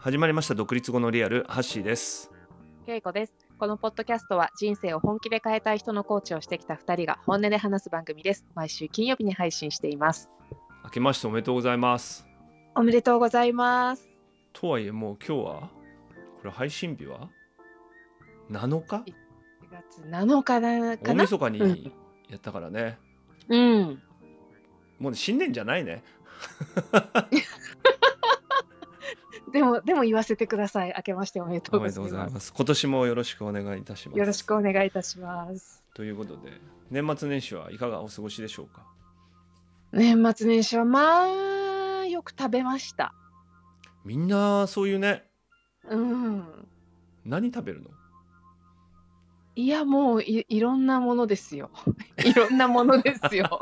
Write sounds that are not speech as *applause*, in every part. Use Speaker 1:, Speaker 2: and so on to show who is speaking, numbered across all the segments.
Speaker 1: 始まりました独立後のリアルハッシーです
Speaker 2: けいこです。このポッドキャストは人生を本気で変えたい人のコーチをしてきた2人が本音で話す番組です。毎週金曜日に配信しています。
Speaker 1: 明けましておめでとうございます
Speaker 2: おめでとうございます。
Speaker 1: とはいえもう今日はこれ配信日は7日
Speaker 2: 4月7日だか
Speaker 1: 大
Speaker 2: な
Speaker 1: 晦日
Speaker 2: う
Speaker 1: に
Speaker 2: ん
Speaker 1: やったからね、
Speaker 2: うん。
Speaker 1: もう新年じゃないね
Speaker 2: でも、でも言わせてください。明けましておめでと
Speaker 1: お
Speaker 2: う
Speaker 1: めで
Speaker 2: ご
Speaker 1: と
Speaker 2: ざ
Speaker 1: う
Speaker 2: い
Speaker 1: ござ
Speaker 2: ま
Speaker 1: い
Speaker 2: す。
Speaker 1: ます今年もよろしくお願いいたします
Speaker 2: よろしくお願いいたします。
Speaker 1: ということで年末年始はいかがお過ごしでしょうか
Speaker 2: 年末年始はまあ、よく食べました。
Speaker 1: みんなそういうね
Speaker 2: うん。
Speaker 1: 何食べるの
Speaker 2: いや、もういいろんなものですよ。 *laughs* いろんなものですよ。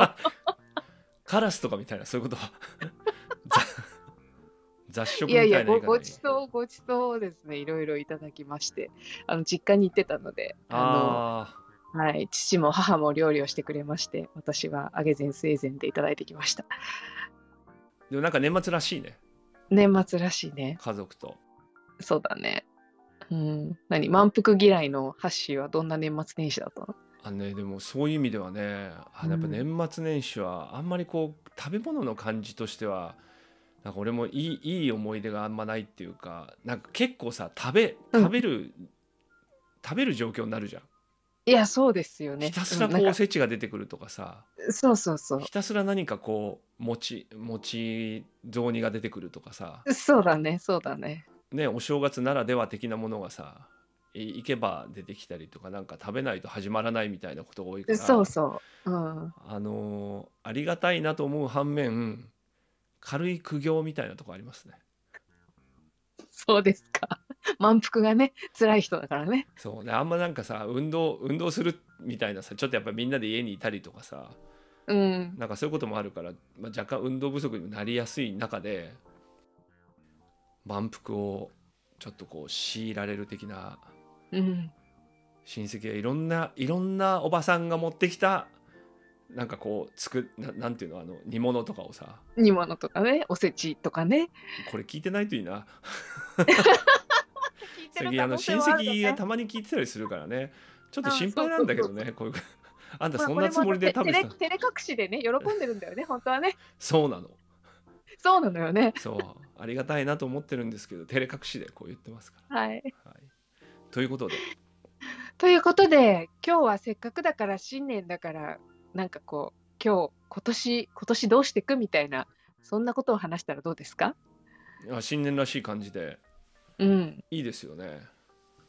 Speaker 1: カラスとかみたいなそうい
Speaker 2: *laughs*
Speaker 1: うことざ雑食
Speaker 2: い
Speaker 1: み
Speaker 2: や
Speaker 1: たい
Speaker 2: い
Speaker 1: な
Speaker 2: や、ご
Speaker 1: 言い方
Speaker 2: ご
Speaker 1: ね
Speaker 2: ちそう、ごちそうですね、いろいろいただきまして、あの実家に行ってたので、あ
Speaker 1: ああ
Speaker 2: のはい、父も母も料理をしてくれまして、私は揚げ膳、末膳でいただいてきました。
Speaker 1: でもなんか年末らしいね
Speaker 2: 年末らしいね、
Speaker 1: 家族と
Speaker 2: そうだね。うん、何満腹嫌いのハッシーはどんな年末年始だったの
Speaker 1: あのねでもそういう意味ではねあ
Speaker 2: うん
Speaker 1: やっぱ年末年始はあんまりこう食べ物の感じとしてはなんか俺もいいいい思い出があんまないっていうかなんか結構さ食べ
Speaker 2: うん
Speaker 1: 食べる、食べる状況になるじゃん、
Speaker 2: いや、そうですよね。
Speaker 1: ひたすら
Speaker 2: うん
Speaker 1: こう
Speaker 2: なん
Speaker 1: お
Speaker 2: か
Speaker 1: せちが出てくるとかさ
Speaker 2: そうそうそう。
Speaker 1: ひたすら何かこう餅餅雑煮が出てくるとかさ
Speaker 2: そうだね、そうだね。
Speaker 1: ね、お正月ならでは的なものがさい行けば出てきたりとかなんか食べないと始まらないみたいなことが多いから
Speaker 2: そうそう。うん、
Speaker 1: あのーありがたいなと思う反面軽い苦行みたいなとこありますね
Speaker 2: そうですか。 *laughs* 満腹がね、辛い人だからね。
Speaker 1: そうねあんまなんかさ運動運動するみたいなさちょっとやっぱみんなで家にいたりとかさ
Speaker 2: うん、
Speaker 1: なんかそういうこともあるから、まあ、若干運動不足にもなりやすい中で満腹をちょっとこう強いられる的な
Speaker 2: うん。
Speaker 1: 親戚がいろんないろんなおばさんが持ってきたなんかこうつくななんていうのあの煮物とかをさ
Speaker 2: 煮物とかね、おせちとかね。
Speaker 1: これ聞いてないといいな
Speaker 2: 聞い
Speaker 1: 最近あの親戚がたまに聞いてたりするからねちょっと心配なんだけど *laughs* ねこういうあんたそんなつもりで食べてた
Speaker 2: 照れ隠しでね、喜んでるんだよね、本当はね。
Speaker 1: そうなの
Speaker 2: そうなのよね。
Speaker 1: そう *laughs* ありがたいなと思ってるんですけど照れ隠しでこう言ってますか
Speaker 2: はい。
Speaker 1: ら、はい、ということで
Speaker 2: ということで、今日はせっかくだから、新年だから、なんかこう、今日、今年、今年どうしていくみたいな、そんなことを話したらどうですか
Speaker 1: あ新年らしい感じで
Speaker 2: うん、
Speaker 1: いいですよね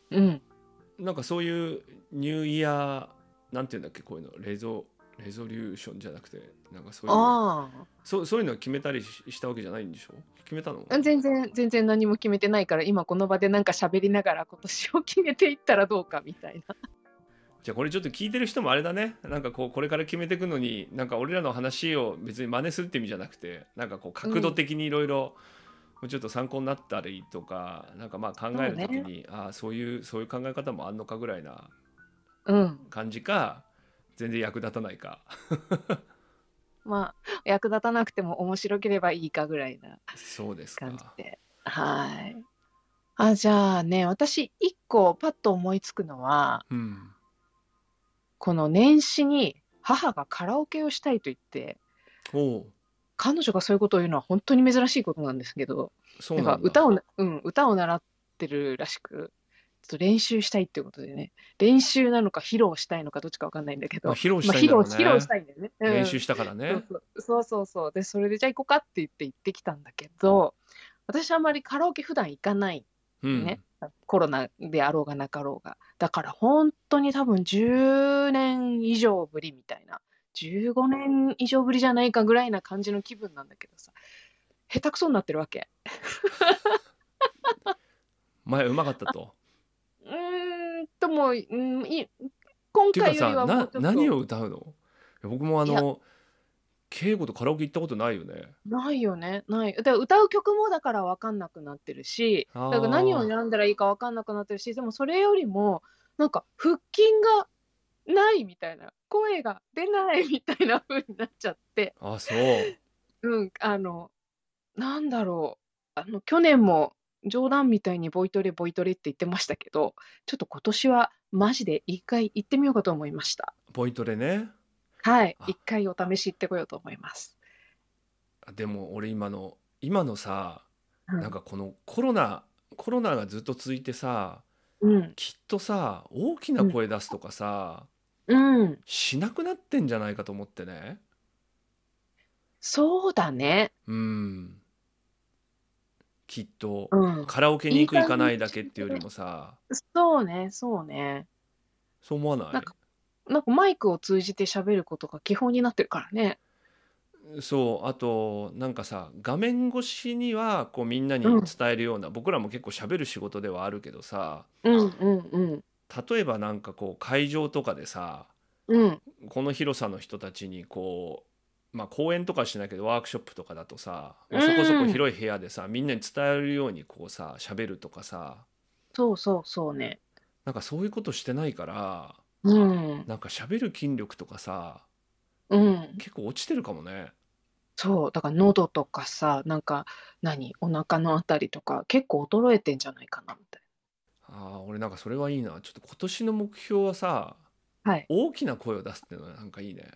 Speaker 2: うん。
Speaker 1: なんかそういうニューイヤーなんていうんだっけこういうのレゾレゾリューションじゃなくてなんかそういう
Speaker 2: あ
Speaker 1: そうそういうのは決めたりししたわけじゃないんでしょ決めたの
Speaker 2: あ。全然、全然何も決めてないから、今この場でなんか喋りながら、今年を決めていったらどうかみたいな。
Speaker 1: じゃあこれちょっと聞いてる人もあれだねなんかこうこれから決めていくのになんか俺らの話を別に真似するって意味じゃなくてなんかこう角度的にいろいろもうちょっと参考になったりとかなんかまあ考える時
Speaker 2: そう
Speaker 1: に、ああそういうそういう考え方もあんのかぐらいな
Speaker 2: うん。
Speaker 1: 感じか全然役立たない
Speaker 2: *laughs*
Speaker 1: か
Speaker 2: まあ、役立たなくても面白ければいいかぐらいな
Speaker 1: そうですか
Speaker 2: 感じで。はい。あ、じゃあね、私、一個パッと思いつくのは、
Speaker 1: うん
Speaker 2: この年始に母がカラオケをしたいと言って、
Speaker 1: おう
Speaker 2: 彼女がそういうことを言うのは本当に珍しいことなんですけど、
Speaker 1: そう
Speaker 2: なん
Speaker 1: な
Speaker 2: か
Speaker 1: んだ
Speaker 2: 歌をな、うん、歌を習ってるらしく、ちょっと練習したいっていうことでね、練習なのか披露したいのかどっちかわかんないんだけど、
Speaker 1: まあ、披露し
Speaker 2: まあ
Speaker 1: たいんだろう
Speaker 2: 披
Speaker 1: ね、
Speaker 2: 露披露したいんだよね。うん
Speaker 1: 練習したからね、
Speaker 2: そうそうそうそうでそれでじゃあ行こうかって言って行ってきたんだけど私あんまりカラオケ普段行かない
Speaker 1: うん
Speaker 2: ねコロナであろうがなかろうがだから本当に多分10年以上ぶりみたいな15年以上ぶりじゃないかぐらいな感じの気分なんだけどさ下手くそになってるわけ
Speaker 1: 前うまかったと
Speaker 2: うーんともううんい今
Speaker 1: っていうか
Speaker 2: 回より
Speaker 1: さ
Speaker 2: はもうちょ
Speaker 1: な
Speaker 2: っと
Speaker 1: 何を歌うのいや僕もあの敬語とカラオケ行ったことないよね
Speaker 2: ないよねないだから歌う曲もだから分かんなくなってるし
Speaker 1: あー
Speaker 2: だから何を選んだらいいか分かんなくなってるしでもそれよりもなんか腹筋がないみたいな声が出ないみたいな風になっちゃって
Speaker 1: あそう
Speaker 2: うんあのなんだろうあの去年も冗談みたいにボイトレボイトレって言ってましたけどちょっと今年はマジで一回行ってみようかと思いました
Speaker 1: ボイトレね
Speaker 2: はい
Speaker 1: あ
Speaker 2: 一回お試し行ってこようと思います
Speaker 1: あでも俺今の今のさ、
Speaker 2: うん
Speaker 1: なんかこのコロナコロナがずっと続いてさ
Speaker 2: うん
Speaker 1: きっとさ大きな声出すとかさ、
Speaker 2: うん
Speaker 1: しなくなってんじゃないかと思ってね
Speaker 2: そうだね
Speaker 1: うんきっと、
Speaker 2: うん
Speaker 1: カラオケに行く
Speaker 2: いい感
Speaker 1: 行
Speaker 2: じ
Speaker 1: かないだけっていうよりもさ
Speaker 2: そうねそうね
Speaker 1: そう思わない
Speaker 2: なんかなんかマイクを通じて喋ることが基本になってるからね
Speaker 1: そうあとなんかさ画面越しにはこうみんなに
Speaker 2: うん
Speaker 1: 伝えるような、僕らも結構喋る仕事ではあるけどさ
Speaker 2: うんうんうん
Speaker 1: 例えばなんかこう会場とかでさ
Speaker 2: うん
Speaker 1: この広さの人たちにこうまあ講演とかはしないけどワークショップとかだとさ、まあ
Speaker 2: うん
Speaker 1: そこそこ広い部屋でさみんなに伝えるようにこうさ喋るとかさ
Speaker 2: そうそうそうね
Speaker 1: なんかそういうことしてないから
Speaker 2: うん
Speaker 1: なんか喋る筋力とかさ
Speaker 2: うん
Speaker 1: 結構落ちてるかもね。
Speaker 2: そうだから喉とかさなんか何お腹のあたりとか結構衰えてんじゃないかなみたい
Speaker 1: ああ俺なんかそれはいいなちょっと今年の目標はさ、
Speaker 2: はい
Speaker 1: 大きな声を出すっていうのはなんかいいね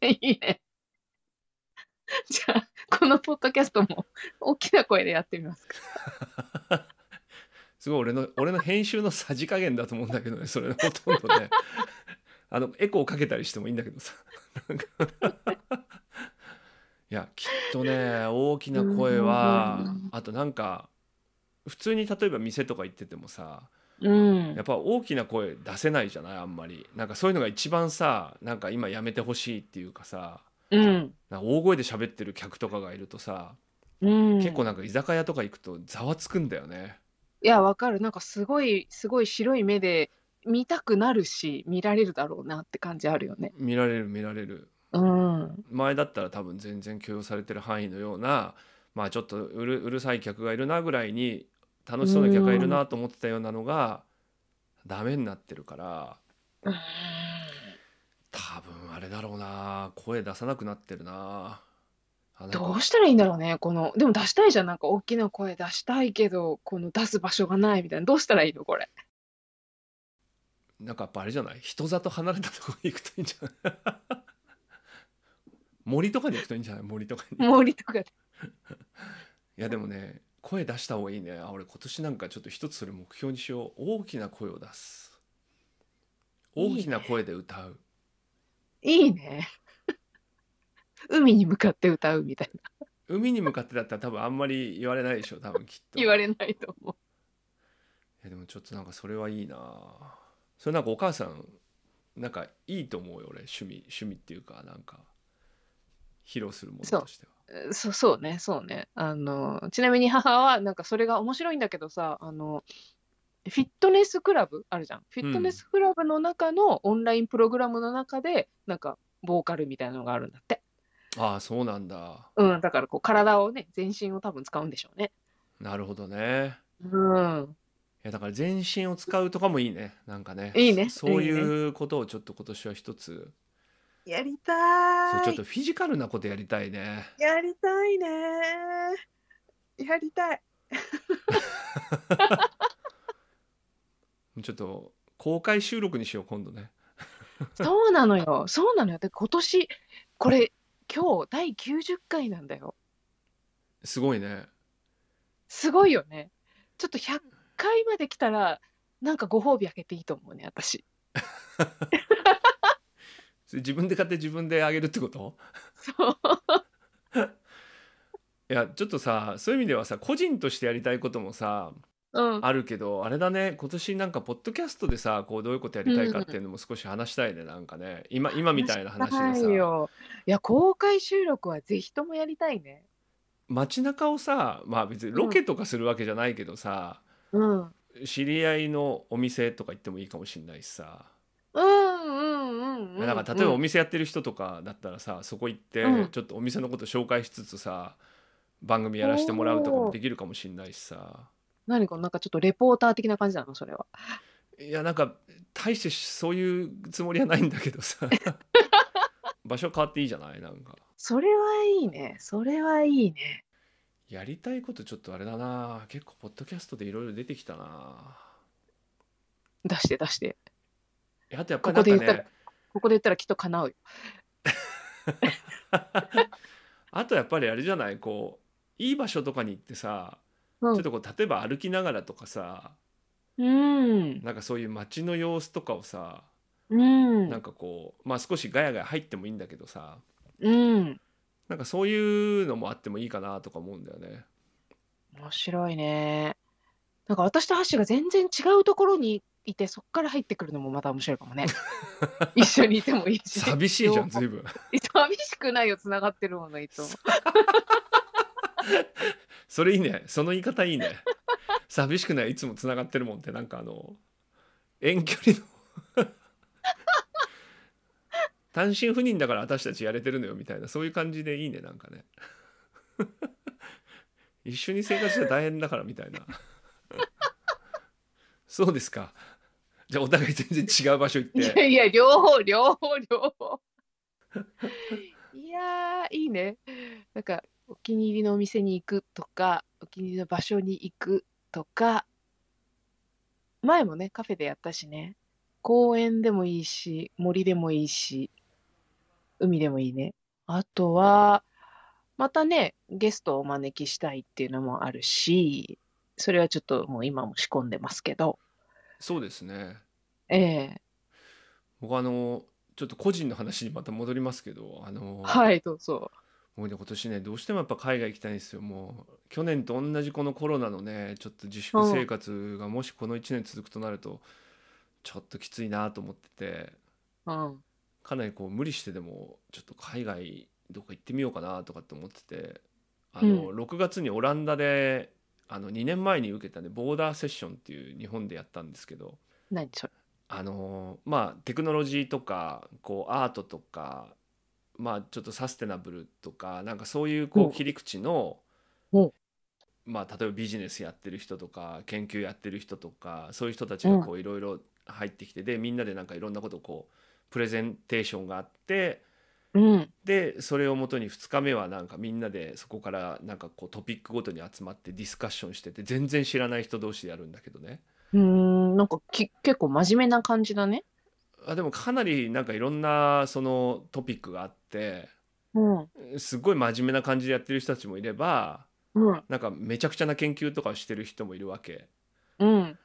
Speaker 2: ないいね *laughs* じゃあこのポッドキャストも大きな声でやってみますか
Speaker 1: すごい俺
Speaker 2: *laughs*
Speaker 1: の俺の編集のさじ加減だと思うんだけどねそれのほとんどね *laughs* あのエコーかけたりしてもいいんだけどさなんか *laughs* いやきっとね大きな声は
Speaker 2: うん
Speaker 1: あとなんか普通に例えば店とか行っててもさ
Speaker 2: うん
Speaker 1: やっぱ大きな声出せないじゃないあんまりなんかそういうのが一番さなんか今やめてほしいっていうかさ
Speaker 2: うん
Speaker 1: なんか大声で喋ってる客とかがいるとさ
Speaker 2: うん
Speaker 1: 結構なんか居酒屋とか行くとざわつくんだよね。
Speaker 2: いやわかるなんかすごいすごい白い目で見たくなるし見られるだろうなって感じあるよね
Speaker 1: 見られる見られる
Speaker 2: うん
Speaker 1: 前だったら多分全然許容されてる範囲のようなまあちょっとうるうるさい客がいるなぐらいに楽しそうな客がいるなと思ってたようなのがダメになってるから
Speaker 2: うん
Speaker 1: 多分あれだろうな声出さなくなってるなあなんか
Speaker 2: どうしたらいいんだろうね、この、でも出したいじゃん、なんか大きな声出したいけど、この出す場所がないみたいな、どうしたらいいの、これ。
Speaker 1: なんかやっぱあれじゃない人里離れたところに行くといいんじゃない *laughs* 森とかに行くといいんじゃない森とかに。
Speaker 2: 森とかで。
Speaker 1: いやでもね声出した方がいいねあ俺今年なんかちょっと一つそれ目標にしよう大きな声を出す
Speaker 2: いい
Speaker 1: 大
Speaker 2: ね
Speaker 1: きな声で歌う
Speaker 2: いいね。海に向かって歌うみたいな。
Speaker 1: 海に向かってだったら多分あんまり言われないでしょ多分きっと
Speaker 2: *laughs* 言わ
Speaker 1: い
Speaker 2: れないと思
Speaker 1: やでもちょっとなんかそれはいいなそれなんかお母さんなんかいいと思うよ俺趣味趣味っていうかなんか披露するものとしては
Speaker 2: う。そう、そうね、そうね。あの、ちなみに母は、なんかそれが面白いんだけどさ、あの、フィットネスクラブあるじゃん。フィットネスクラブの中のオンラインプログラムの中で、なんか、ボーカルみたいなのがあるんだって。
Speaker 1: ああそうなんだ
Speaker 2: うん、だからこう、体をね、全身を多分使うんでしょうね。
Speaker 1: なるほどね
Speaker 2: うん。
Speaker 1: いやだから全身を使うとかもいいねなんかね
Speaker 2: いいね
Speaker 1: そそういうことをちょっと今年は一つ
Speaker 2: やりた
Speaker 1: そう
Speaker 2: ーい。
Speaker 1: ちょっとフィジカルなことやりたいね。
Speaker 2: やりたいねー。やりたい。
Speaker 1: ちょっと公開収録にしよう今度ね。
Speaker 2: そうなのよ。そうなのよ。で、今年、これ、今日、第90回なんだよ。
Speaker 1: すごいね。
Speaker 2: すごいよね。ちょっと100回まで来たら、なんかご褒美あげていいと思うね、私。
Speaker 1: それ自分で買って自分であげるってこと？
Speaker 2: そう。
Speaker 1: *laughs* いやちょっとさそういう意味ではさ個人としてやりたいこともさ
Speaker 2: うん。
Speaker 1: あるけどあれだね今年なんかポッドキャストでさこうどういうことやりたいかっていうのも少し話したいねなんかね今今みたいな話
Speaker 2: は
Speaker 1: で
Speaker 2: い
Speaker 1: さ
Speaker 2: よ。いや、公開収録はぜひともやりたいね。
Speaker 1: 街中をさまあ別にロケとかするわけじゃないけどさ、
Speaker 2: うん。うん
Speaker 1: 知り合いのお店とか行ってもいいかもしれないしさ。
Speaker 2: うんうんうん。
Speaker 1: なんか例えばお店やってる人とかだったらさ、そこ行って
Speaker 2: うん
Speaker 1: ちょっとお店のこと紹介しつつさ番組やらせてもらうとかもできるかもしれないしさ
Speaker 2: 何か、なんかちょっとレポーター的な感じなの、それは。
Speaker 1: いやなんか大してそういうつもりはないんだけど
Speaker 2: *laughs*
Speaker 1: さ場所変わっていいじゃないなんか
Speaker 2: それはいいね。それはいいね。
Speaker 1: やりたいことちょっとあれだな結構ポッドキャストでいろいろ出てきたな
Speaker 2: 出して出して。
Speaker 1: えあとやっぱりなんか
Speaker 2: ここで言った
Speaker 1: ね
Speaker 2: ここで言ったらきっと叶うよ。
Speaker 1: あとやっぱりあれじゃないこういい場所とかに行ってさ、
Speaker 2: うん
Speaker 1: ちょっとこう例えば歩きながらとかさ
Speaker 2: うん。
Speaker 1: なんかそういう街の様子とかをさ、
Speaker 2: うん。
Speaker 1: なんかこうまあ少しガヤガヤ入ってもいいんだけどさ
Speaker 2: うん。
Speaker 1: なんかそういうのもあってもいいかなとか思うんだよね。
Speaker 2: 面白いね。なんか私とハッシーが全然違うところにいて、そっから入ってくるのもまた面白いかも *laughs* ね。一緒にいてもいいし。
Speaker 1: 寂しいじゃん随
Speaker 2: 寂
Speaker 1: 分
Speaker 2: しくないよ、つながってるものいつも。
Speaker 1: *laughs* それいいねその言い方いいね寂しくないいつもつながってるもんってなんかあの遠距離の単身赴任だから私たちやれてるのよみたいなそういう感じでいいねなんかね *laughs* 一緒に生活して大変だからみたいな *laughs* そうですかじゃあお互い全然違う場所行っ
Speaker 2: い
Speaker 1: て
Speaker 2: やいや、両方、両方、両方。いやー、いいね。なんか、お気に入りのお店に行くとか、お気に入りの場所に行くとか、前もね、カフェでやったしね、公園でもいいし、森でもいいし、海でもいいね。あとは、またね、ゲストをお招きしたいっていうのもあるし、それはちょっともう今も仕込んでますけど、
Speaker 1: そうですね
Speaker 2: ええ
Speaker 1: 僕あのちょっと個人の話にまた戻りますけどあの、
Speaker 2: はい、どうぞ。
Speaker 1: もうね今年ねどうしてもやっぱ海外行きたいんですよもう去年と同じこのコロナのねちょっと自粛生活がもしこの1年続くとなるとちょっときついなと思ってて
Speaker 2: うん。
Speaker 1: かなりこう無理してでもちょっと海外どっか行ってみようかなとかって思っててあの、6月にオランダであの2年前に受けたねボーダーセッションっていう日本でやったんですけど
Speaker 2: 何それ
Speaker 1: あのーまあテクノロジーとかこうアートとかまあちょっとサステナブルとかなんかそういうこ
Speaker 2: うん
Speaker 1: う切り口の
Speaker 2: うん
Speaker 1: まあ例えばビジネスやってる人とか研究やってる人とかそういう人たちがこういろいろ入ってきてでみんなでなんかいろんなことをこうプレゼンテーションがあって
Speaker 2: うん。
Speaker 1: でそれをもとに2日目はなんかみんなでそこからなんかこうトピックごとに集まってディスカッションしてて全然知らない人同士でやるんだけどね。
Speaker 2: うーん、なんかき結構真面目な感じだね。
Speaker 1: あでもかなりなんかいろんなそのトピックがあって
Speaker 2: うん。
Speaker 1: すごい真面目な感じでやってる人たちもいれば
Speaker 2: うん。
Speaker 1: なんかめちゃくちゃな研究とかをしてる人もいるわけ。
Speaker 2: うん。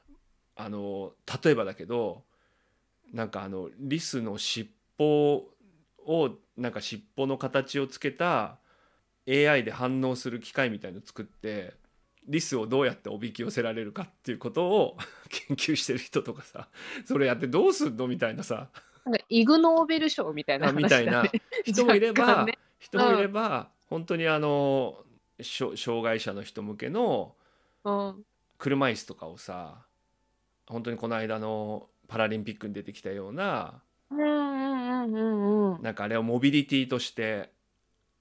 Speaker 1: あの例えばだけどなんかあのリスの尻尾をなんか尻尾の形をつけた AI で反応する機械みたいの作ってリスをどうやっておびき寄せられるかっていうことを *laughs* 研究してる人とかさそれやってどうすんのみたいなさ
Speaker 2: なんかイグノーベル賞みたいな
Speaker 1: あみた
Speaker 2: 話だ、
Speaker 1: い
Speaker 2: ね。
Speaker 1: な *laughs* 人もいれ
Speaker 2: 若
Speaker 1: ば、
Speaker 2: 干ね
Speaker 1: 人もいれば本当にあのしょ障害者の人向けの
Speaker 2: うん。
Speaker 1: 車椅子とかをさ本当にこの間のパラリンピックに出てきたような
Speaker 2: うんうんうんうん
Speaker 1: なんかあれをモビリティとして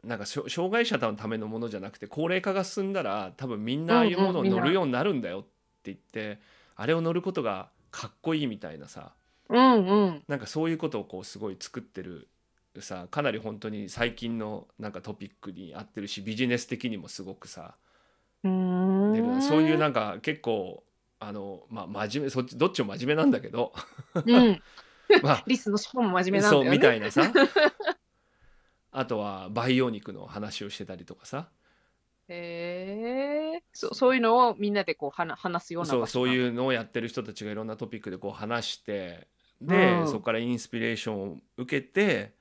Speaker 1: なんかしょ障害者のためのものじゃなくて高齢化が進んだら多分みんなああいうものを
Speaker 2: うんうんみんな
Speaker 1: 乗るようになるんだよって言ってあれを乗ることがかっこいいみたいなさ
Speaker 2: うんうん
Speaker 1: なんかそういうことをこうすごい作ってるさかなり本当に最近のなんかトピックに合ってるしビジネス的にもすごくさ
Speaker 2: うん。う
Speaker 1: 出
Speaker 2: ー
Speaker 1: る
Speaker 2: ん。
Speaker 1: そういうなんんか結構あのまあ真面目そっちどっちも真面目なんだけど
Speaker 2: うん。
Speaker 1: まあ
Speaker 2: リスの尻尾も真面目なんだ
Speaker 1: そ
Speaker 2: よ
Speaker 1: う
Speaker 2: ね。
Speaker 1: みたいなさあとは培養肉の話をしてたりとかさ
Speaker 2: へえ。そそういうのをみんなでこうはな話すような
Speaker 1: そうそう
Speaker 2: う。
Speaker 1: いうのをやってる人たちがいろんなトピックでこう話してで、
Speaker 2: うん
Speaker 1: そこからインスピレーションを受けて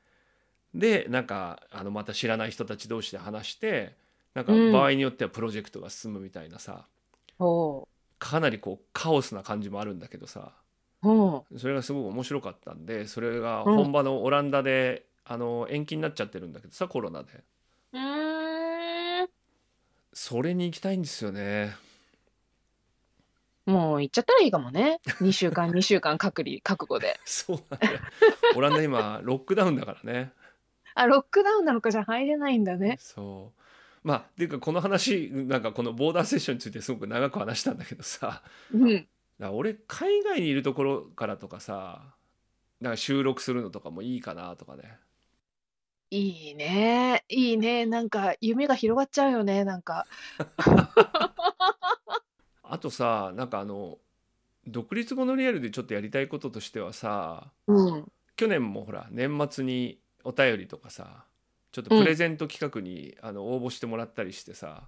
Speaker 1: でなんかあのまた知らない人たち同士で話してなんか
Speaker 2: うん
Speaker 1: 場合によってはプロジェクトが進むみたいなさ、
Speaker 2: ほ
Speaker 1: かなりこうカオスな感じもあるんだけどさ
Speaker 2: う。うん。
Speaker 1: それがすごく面白かったんでそれが本場のオランダで、あの延期になっちゃってるんだけどさコロナで
Speaker 2: うーん。
Speaker 1: それに行きたいんですよね *laughs*
Speaker 2: もう行っちゃったらいいかもね。2週間、2週間隔離、覚悟で。
Speaker 1: そうなんだよオランダ今ロックダウンだからね
Speaker 2: あ、ロックダウンなのかじゃ入れないんだね。
Speaker 1: そうまあっていうかこの話なんかこのボーダーセッションについてすごく長く話したんだけどさ *laughs*
Speaker 2: うん。
Speaker 1: だから俺海外にいるところからとかさなんか収録するのとかもいいかなとかね
Speaker 2: いいね。いいね。なんか、夢が広がっちゃうよね。なんか。
Speaker 1: あとさなんかあの独立後のリアルでちょっとやりたいこととしてはさ
Speaker 2: うん。
Speaker 1: 去年もほら年末にお便りとかさちょっとプレゼント企画に、あの応募してもらったりしてさ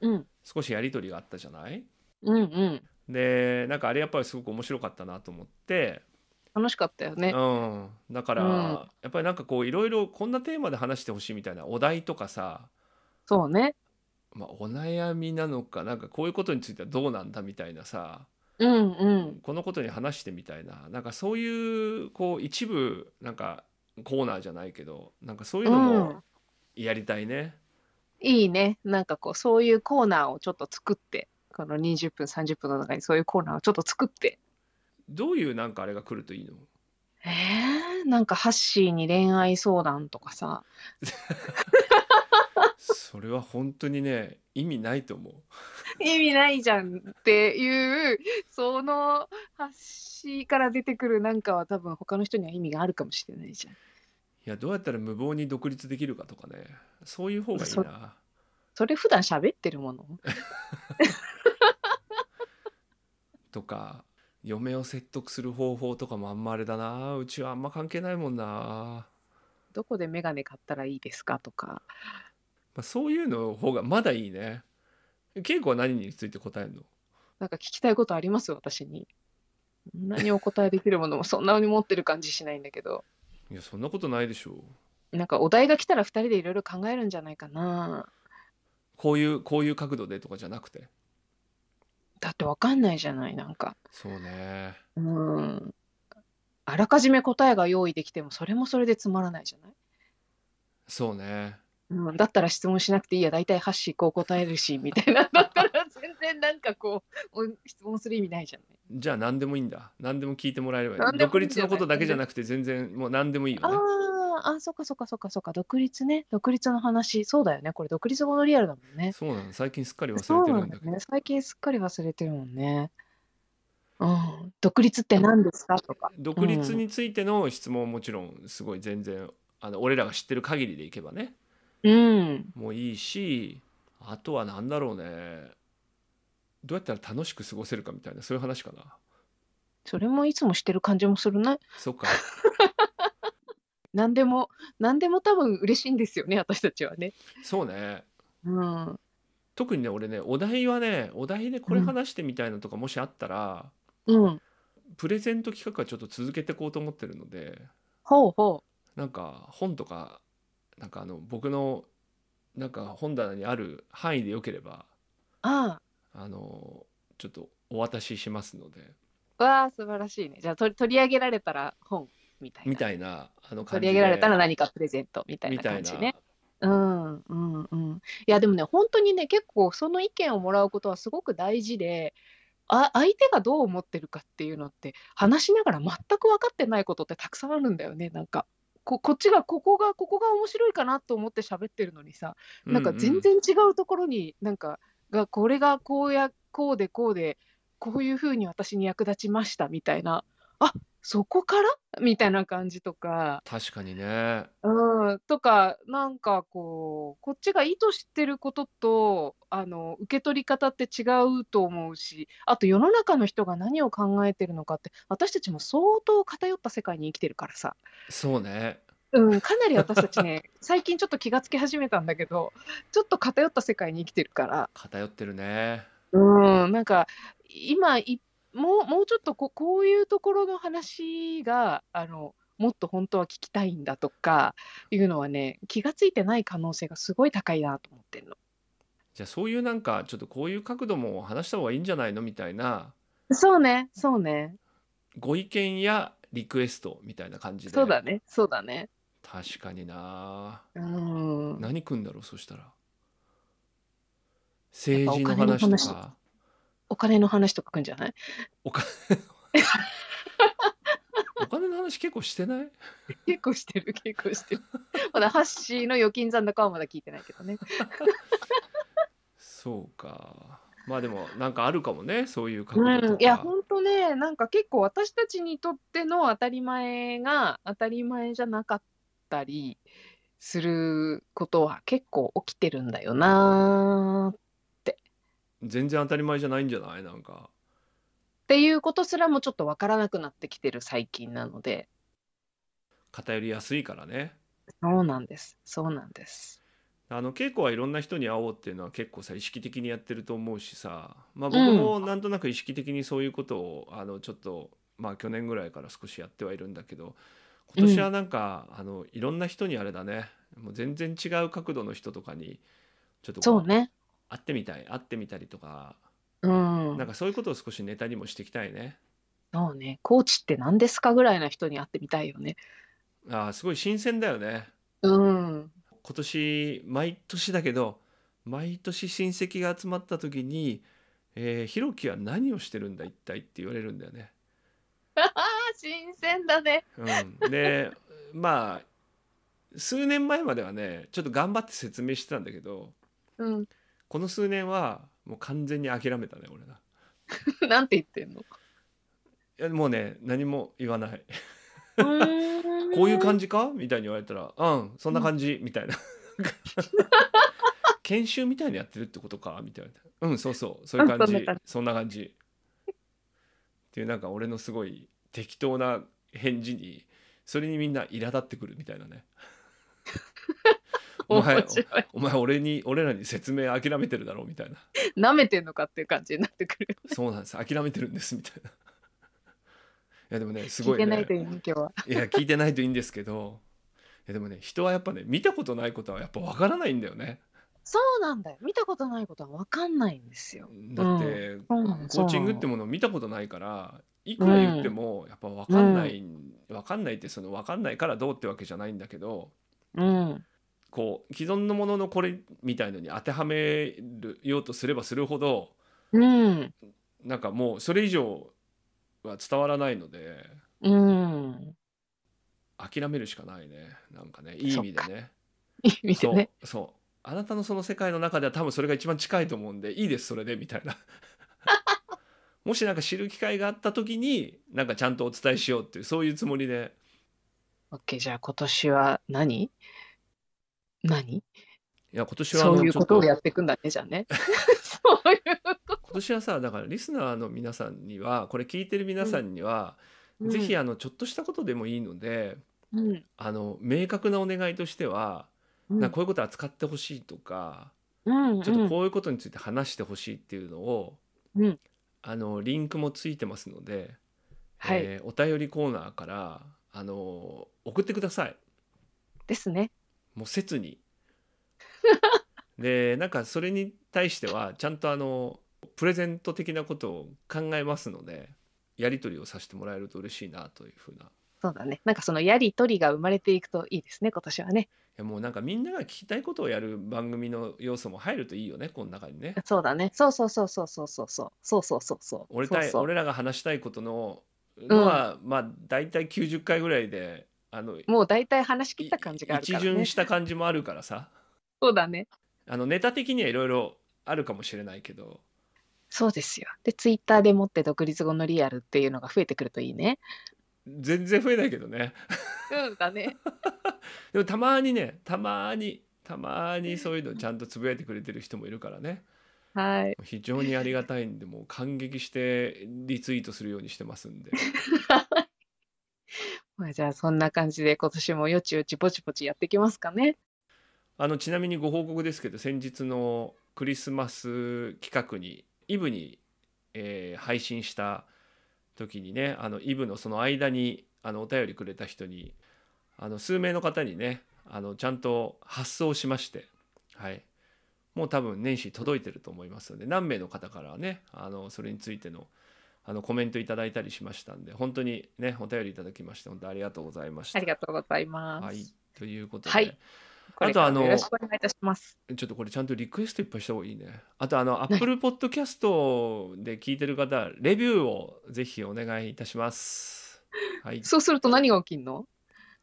Speaker 2: うん。
Speaker 1: 少しやり取りがあったじゃない
Speaker 2: うんうん。
Speaker 1: でなんかあれやっぱりすごく面白かったなと思って、
Speaker 2: 楽しかったよね。
Speaker 1: うん、だから、
Speaker 2: うん
Speaker 1: やっぱりなんかこういろいろこんなテーマで話してほしいみたいなお題とかさ、
Speaker 2: そうね。
Speaker 1: まあ、お悩みなのかなんかこういうことについてはどうなんだみたいなさ
Speaker 2: うんうん。
Speaker 1: このことに話してみたいななんかそういうこう一部なんかコーナーじゃないけどなんかそういうの
Speaker 2: う
Speaker 1: も
Speaker 2: ん。
Speaker 1: やりたいね。
Speaker 2: いいね。なんかこう、そういうコーナーをちょっと作って、この20分、30分の中にそういうコーナーをちょっと作って。
Speaker 1: どういうなんかあれが来るといいの
Speaker 2: えー、なんか、ハッシーに恋愛相談とかさ。
Speaker 1: それは本当にね意味ないと思う。
Speaker 2: 意味ないじゃんっていう、そのハッシーから出てくるなんかは多分他の人には意味があるかもしれないじゃん。
Speaker 1: いやどうやったら無謀に独立できるかとかねそういう方がいい
Speaker 2: そ
Speaker 1: な
Speaker 2: それ普段喋ってるもの
Speaker 1: とか嫁を説得する方法とかもあんまあれだなうちはあんま関係ないもんな、ま
Speaker 2: どこでメガネ買ったらいいですかとか。
Speaker 1: あ、そういうの方がまだいいね稽古は何について答えるの
Speaker 2: なんか聞きたいことあります私に。そんなにお答えできるものもそんなに持ってる感じしないんだけど。
Speaker 1: いやそんなことないでしょう
Speaker 2: なんかお題が来たら2人でいろいろ考えるんじゃないかな。
Speaker 1: こういうこういう角度でとかじゃなくて
Speaker 2: だってわかんないじゃない、なんか。
Speaker 1: そうね
Speaker 2: うん。あらかじめ答えが用意できてもそれもそれでつまらないじゃない
Speaker 1: そうね
Speaker 2: うん、だったら質問しなくていいや、大体ハッシーこう答えるし、みたいな。だったら全然なんかこう、お質問する意味ないじゃない。
Speaker 1: じゃあ何でもいいんだ何でも聞いてもらえればいい
Speaker 2: 何でも
Speaker 1: 独
Speaker 2: いいん
Speaker 1: 立
Speaker 2: じゃな
Speaker 1: の
Speaker 2: い
Speaker 1: ことだけじゃなくて全然もう何でもいいよね
Speaker 2: あーあ、そっかそっかそっかそっか、独立ね、独立の話、そうだよね、これ独立後のリアルだもんね。
Speaker 1: そうなの最近すっかり忘
Speaker 2: そう
Speaker 1: れて
Speaker 2: な
Speaker 1: る
Speaker 2: ん
Speaker 1: んだ
Speaker 2: だよ
Speaker 1: けど
Speaker 2: ね、最近すっかり忘れてるもんね。うん、独立って何ですかとか。
Speaker 1: 独立についての質問ももちろんすごい全然あの俺らが知ってる限りでいけばね
Speaker 2: うん、
Speaker 1: もういいしあとは何だろうねどうやったら楽しく過ごせるかみたいなそういう話かな
Speaker 2: それもいつもしてる感じもするな。
Speaker 1: そっ
Speaker 2: *laughs*
Speaker 1: か
Speaker 2: 何でも、何でも多分嬉しいんですよね、私たちはね。
Speaker 1: そうね
Speaker 2: うん、
Speaker 1: 特にね俺ねお題はねお題でこれ話してみたいのとかもしあったら、
Speaker 2: うん、
Speaker 1: プレゼント企画はちょっと続けていこうと思ってるので
Speaker 2: ほうほ
Speaker 1: なんか本とかなんかあの僕のなんか本棚にある範囲でよければ
Speaker 2: う。ああ。
Speaker 1: あのちょっとお渡ししますので
Speaker 2: わあ、素晴らしいね。じゃあ、取り取り上げられたら本みたいな。
Speaker 1: みたいなあの感
Speaker 2: 取
Speaker 1: じ
Speaker 2: り
Speaker 1: で
Speaker 2: 上げられたら何かプレゼントみたい
Speaker 1: み
Speaker 2: な
Speaker 1: たい
Speaker 2: 感
Speaker 1: な
Speaker 2: じね。うんうんうん。いや、でもね、本当にね、結構その意見をもらうことはすごく大事で、あ相手がどう思ってるかっていうのって話しながら全く分かってないことってたくさんあるんだよねなんかここっちがここがここが面白いかなと思って喋ってるのにさなんか全然違うところに、なんかがこれがこうやこうでこうでこういうふうに私に役立ちましたみたいなあそこからみたいな感じとか、
Speaker 1: 確かにね
Speaker 2: うん、とかなんかこうこっちが意図してることとあの受け取り方って違うと思うしあと世の中の人が何を考えてるのかって私たちも相当偏った世界に生きてるからさ。
Speaker 1: そうね
Speaker 2: うん、かなり私たちね、最近ちょっと気がつき始めたんだけど、ちょっと偏った世界に生きてるから、
Speaker 1: 偏ってるね
Speaker 2: うん、なんか今いもう、もうちょっとここういうところの話があの、もっと本当は聞きたいんだとかいうのはね、気がついてない可能性がすごい高いなと思ってるの。
Speaker 1: じゃあそういうなんかちょっとこういう角度も話した方がいいんじゃないのみたいな
Speaker 2: そうね、そうね、
Speaker 1: ご意見やリクエストみたいな感じで
Speaker 2: そうだね、そうだね。
Speaker 1: 確かにな
Speaker 2: うん、
Speaker 1: 何くんだろうそしたら政治
Speaker 2: や
Speaker 1: の
Speaker 2: っぱお金の
Speaker 1: 話
Speaker 2: 話
Speaker 1: とか
Speaker 2: お金の話とかくんじゃない *laughs*
Speaker 1: お金お金の話結構してない
Speaker 2: 結構してる、結構してる。まだハッシーの預金残高はまだ聞いてないけどね。
Speaker 1: そうか。まあでもなんかあるかもねそういう角度とか、
Speaker 2: うん、いや本当ねなんか結構私たちにとっての当たり前が当たり前じゃなかったりすることは結構起きてるんだよなーっ
Speaker 1: 全然当たり前じゃないんじゃないなんか
Speaker 2: ていうことすらもちょっとわからなくなってきてる最近なので
Speaker 1: 偏りやすいからね
Speaker 2: そうなんですそうなんです
Speaker 1: あの稽古はいろんな人に会おうっていうのは結構さ意識的にやってると思うしさ、まあ、僕もなんとなく意識的にそういうことを、あのちょっと、まあ、去年ぐらいから少しやってはいるんだけど今年はなんか、あのいろんな人にあれだねもう全然違う角度の人とかにちょっとこ
Speaker 2: そうね
Speaker 1: 会ってみたい会ってみたりとか
Speaker 2: うん
Speaker 1: なんかそういうことを少しネタにもしていきたいね。
Speaker 2: そうねコーチって何ですかぐらいな人に会ってみたいよね
Speaker 1: あーすごい新鮮だよね。
Speaker 2: うん
Speaker 1: 今年毎年だけど毎年親戚が集まった時に「えー、ひろきは何をしてるんだ一体」って言われるんだよね。
Speaker 2: 新鮮だね
Speaker 1: うん、でまあ数年前まではねちょっと頑張って説明してたんだけど
Speaker 2: うん *laughs*
Speaker 1: この数年はもう完全に諦めたね俺な。
Speaker 2: なんて言ってんの
Speaker 1: いやもうね何も言わない。こ
Speaker 2: こ
Speaker 1: ういう感じかみたいに言われたら「うんそんな感じ」みたいな。 *laughs* 研修みたいなやってるってことかみたいな「うんそうそうそういう感
Speaker 2: うんそん
Speaker 1: じ
Speaker 2: な感
Speaker 1: そんな感じ」っていうなんか俺のすごい適当な返事にそれにみんな苛立ってくるみたいなね「お前
Speaker 2: *laughs* 面白い
Speaker 1: お前俺に俺らに説明諦めてるだろ」みたいな
Speaker 2: 舐めてんのかっていう感じになってくる
Speaker 1: 「そうなんです諦めてるんです」みたいな。いやでもねす
Speaker 2: 聞
Speaker 1: ご
Speaker 2: い
Speaker 1: い
Speaker 2: て
Speaker 1: ね。
Speaker 2: ないという今日はい
Speaker 1: や聞いてないといいんですけどいやでもね人はやっぱね見たことないことはやっぱわからないんだよね
Speaker 2: そうなんだよ見たことないことは分かんないんですよ
Speaker 1: だって、
Speaker 2: そうなの
Speaker 1: コーチングってものを見たことないからいくら言ってもやっぱわかんない、わかんないってそのわかんないからどうってわけじゃないんだけど
Speaker 2: うん
Speaker 1: こう既存のもののこれみたいのに当てはめるようとすればするほど
Speaker 2: うん
Speaker 1: なんかもうそれ以上は伝わらないので
Speaker 2: うん
Speaker 1: 諦めるしかないねなんかねいい意味でね。
Speaker 2: いい意味でね
Speaker 1: そうそうあなたのその世界の中では多分それが一番近いと思うんでいいですそれでみたい
Speaker 2: *laughs*
Speaker 1: なもしなんか知る機会があった時になんかちゃんとお伝えしようっていうそういうつもりで
Speaker 2: OK じゃあ今年は何何
Speaker 1: いや今年はあの
Speaker 2: そういう
Speaker 1: ちょ
Speaker 2: こ
Speaker 1: っと
Speaker 2: とをやっていくんだねじゃあね *laughs* そういう
Speaker 1: 今年はさだからリスナーの皆さんにはこれ聞いてる皆さんには、
Speaker 2: うん
Speaker 1: ぜひあのちょっとしたことでもいいので
Speaker 2: うん
Speaker 1: あの明確なお願いとしては、
Speaker 2: うん
Speaker 1: なんかこういうこと扱ってほしいとか、
Speaker 2: うん
Speaker 1: ちょっとこういうことについて話してほしいっていうのを、
Speaker 2: うん
Speaker 1: あのリンクもついてますので、
Speaker 2: はい
Speaker 1: えーお便りコーナーからあの送ってください
Speaker 2: ですね
Speaker 1: もう切に。
Speaker 2: *laughs*
Speaker 1: でなんかそれに対してはちゃんとあのプレゼント的なことを考えますのでやり取りをさせてもらえると嬉しいなというふうな。い
Speaker 2: そうだねなんかそのやりとりが生まれていくといいですね今年はね
Speaker 1: やもうなんかみんなが聞きたいことをやる番組の要素も入るといいよねこの中に
Speaker 2: *laughs*
Speaker 1: ね。
Speaker 2: そうだねそうそうそうそうそうそうそうそうそうそうそう
Speaker 1: 俺たい
Speaker 2: そう
Speaker 1: 俺らが話したいことののは、まあ大体90回ぐらいであの、
Speaker 2: もう大体話し切
Speaker 1: い
Speaker 2: った感じがあるか
Speaker 1: 一
Speaker 2: ら
Speaker 1: 巡
Speaker 2: ね
Speaker 1: した感じもあるからさ
Speaker 2: そうだね
Speaker 1: あのネタ的にはいろいろあるかもしれないけど
Speaker 2: そうですよでツイッターでもって独立後のリアルっていうのが増えてくるといいね
Speaker 1: 全然増えないけどね
Speaker 2: うんだね
Speaker 1: でもたまにねたまにたまにそういうのちゃんとつぶやいてくれてる人もいるからね
Speaker 2: はい
Speaker 1: 非常にありがたいんでもう感激してリツイートするようにしてますんで
Speaker 2: まあじゃあそんな感じで今年もよちよちぼちぼちやっていきますかね
Speaker 1: あのちなみにご報告ですけど先日のクリスマス企画にイブに、えー配信した時にねあのイブのその間にあのお便りくれた人にあの数名の方にねあのちゃんと発送しまして、はい、もう多分年始届いてると思いますので何名の方からはねあのそれについてのあのコメントいただいたりしましたんで本当にねお便りいただきまして本当ありがとうございました。
Speaker 2: ありがとうございます、
Speaker 1: はい、ということで、
Speaker 2: はいこれ
Speaker 1: あとあの
Speaker 2: からもよろしくお願いいたします
Speaker 1: ちょっとこれちゃんとリクエストいっぱいした方がいいね。あとあの Apple Podcast で聞いてる方、レビューをぜひお願いいたします。はい。
Speaker 2: そうすると何が起きんの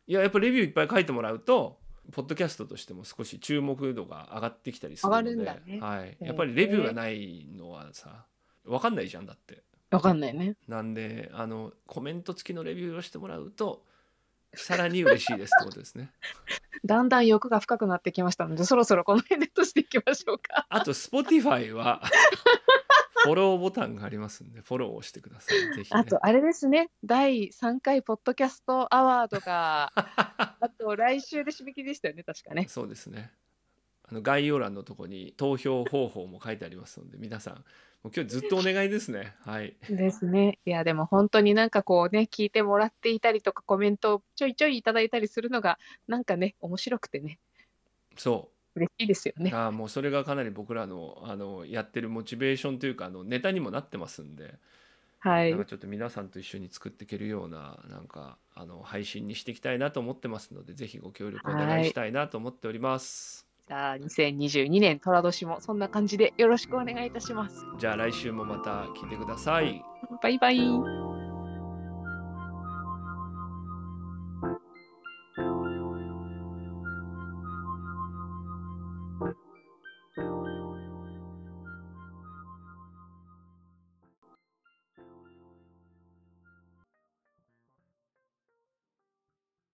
Speaker 1: いややっぱレビューいっぱい書いてもらうと、ポッドキャストとしても少し注目度が上がってきたりするので
Speaker 2: 上がるんだね
Speaker 1: はい、
Speaker 2: うん
Speaker 1: やっぱりレビューがないのはさ分かんないじゃんだって
Speaker 2: わかんないね。
Speaker 1: なんであのコメント付きのレビューをしてもらうとさらに嬉しいですってことですね
Speaker 2: だんだん欲が深くなってきましたので、そろそろこの辺でとしていきましょ
Speaker 1: *laughs*
Speaker 2: うか。
Speaker 1: あと Spotify はフォローボタンがありますんでフォローをしてくださ
Speaker 2: *laughs*
Speaker 1: いぜひ、ね、
Speaker 2: あと、あれですね、第3回ポッドキャストアワード
Speaker 1: *laughs*
Speaker 2: が、あと来週で締め切りでしたよね、確かね。
Speaker 1: そうですねあの概要欄のとこに投票方法も書いてありますので皆さんもう今日ずっとお願いですねはい
Speaker 2: ですね。いや、でも本当になんかこうね、聞いてもらっていたりとか、コメントをちょいちょいいただいたりするのが、なんかね、面白くてね、
Speaker 1: そう
Speaker 2: 嬉しいですよね。
Speaker 1: ああもうそれがかなり僕らのあのやってるモチベーションというかあのネタにもなってますんで、
Speaker 2: はい
Speaker 1: なん。かちょっと皆さんと一緒に作っていけるようななんかあの配信にしていきたいなと思ってますのでぜひご協力お願いしたいなと思っております。
Speaker 2: じゃあ、2022年、寅年もそんな感じでよろしくお願いいたします。
Speaker 1: じゃあ来週もまた聞いてください。
Speaker 2: バイバイ。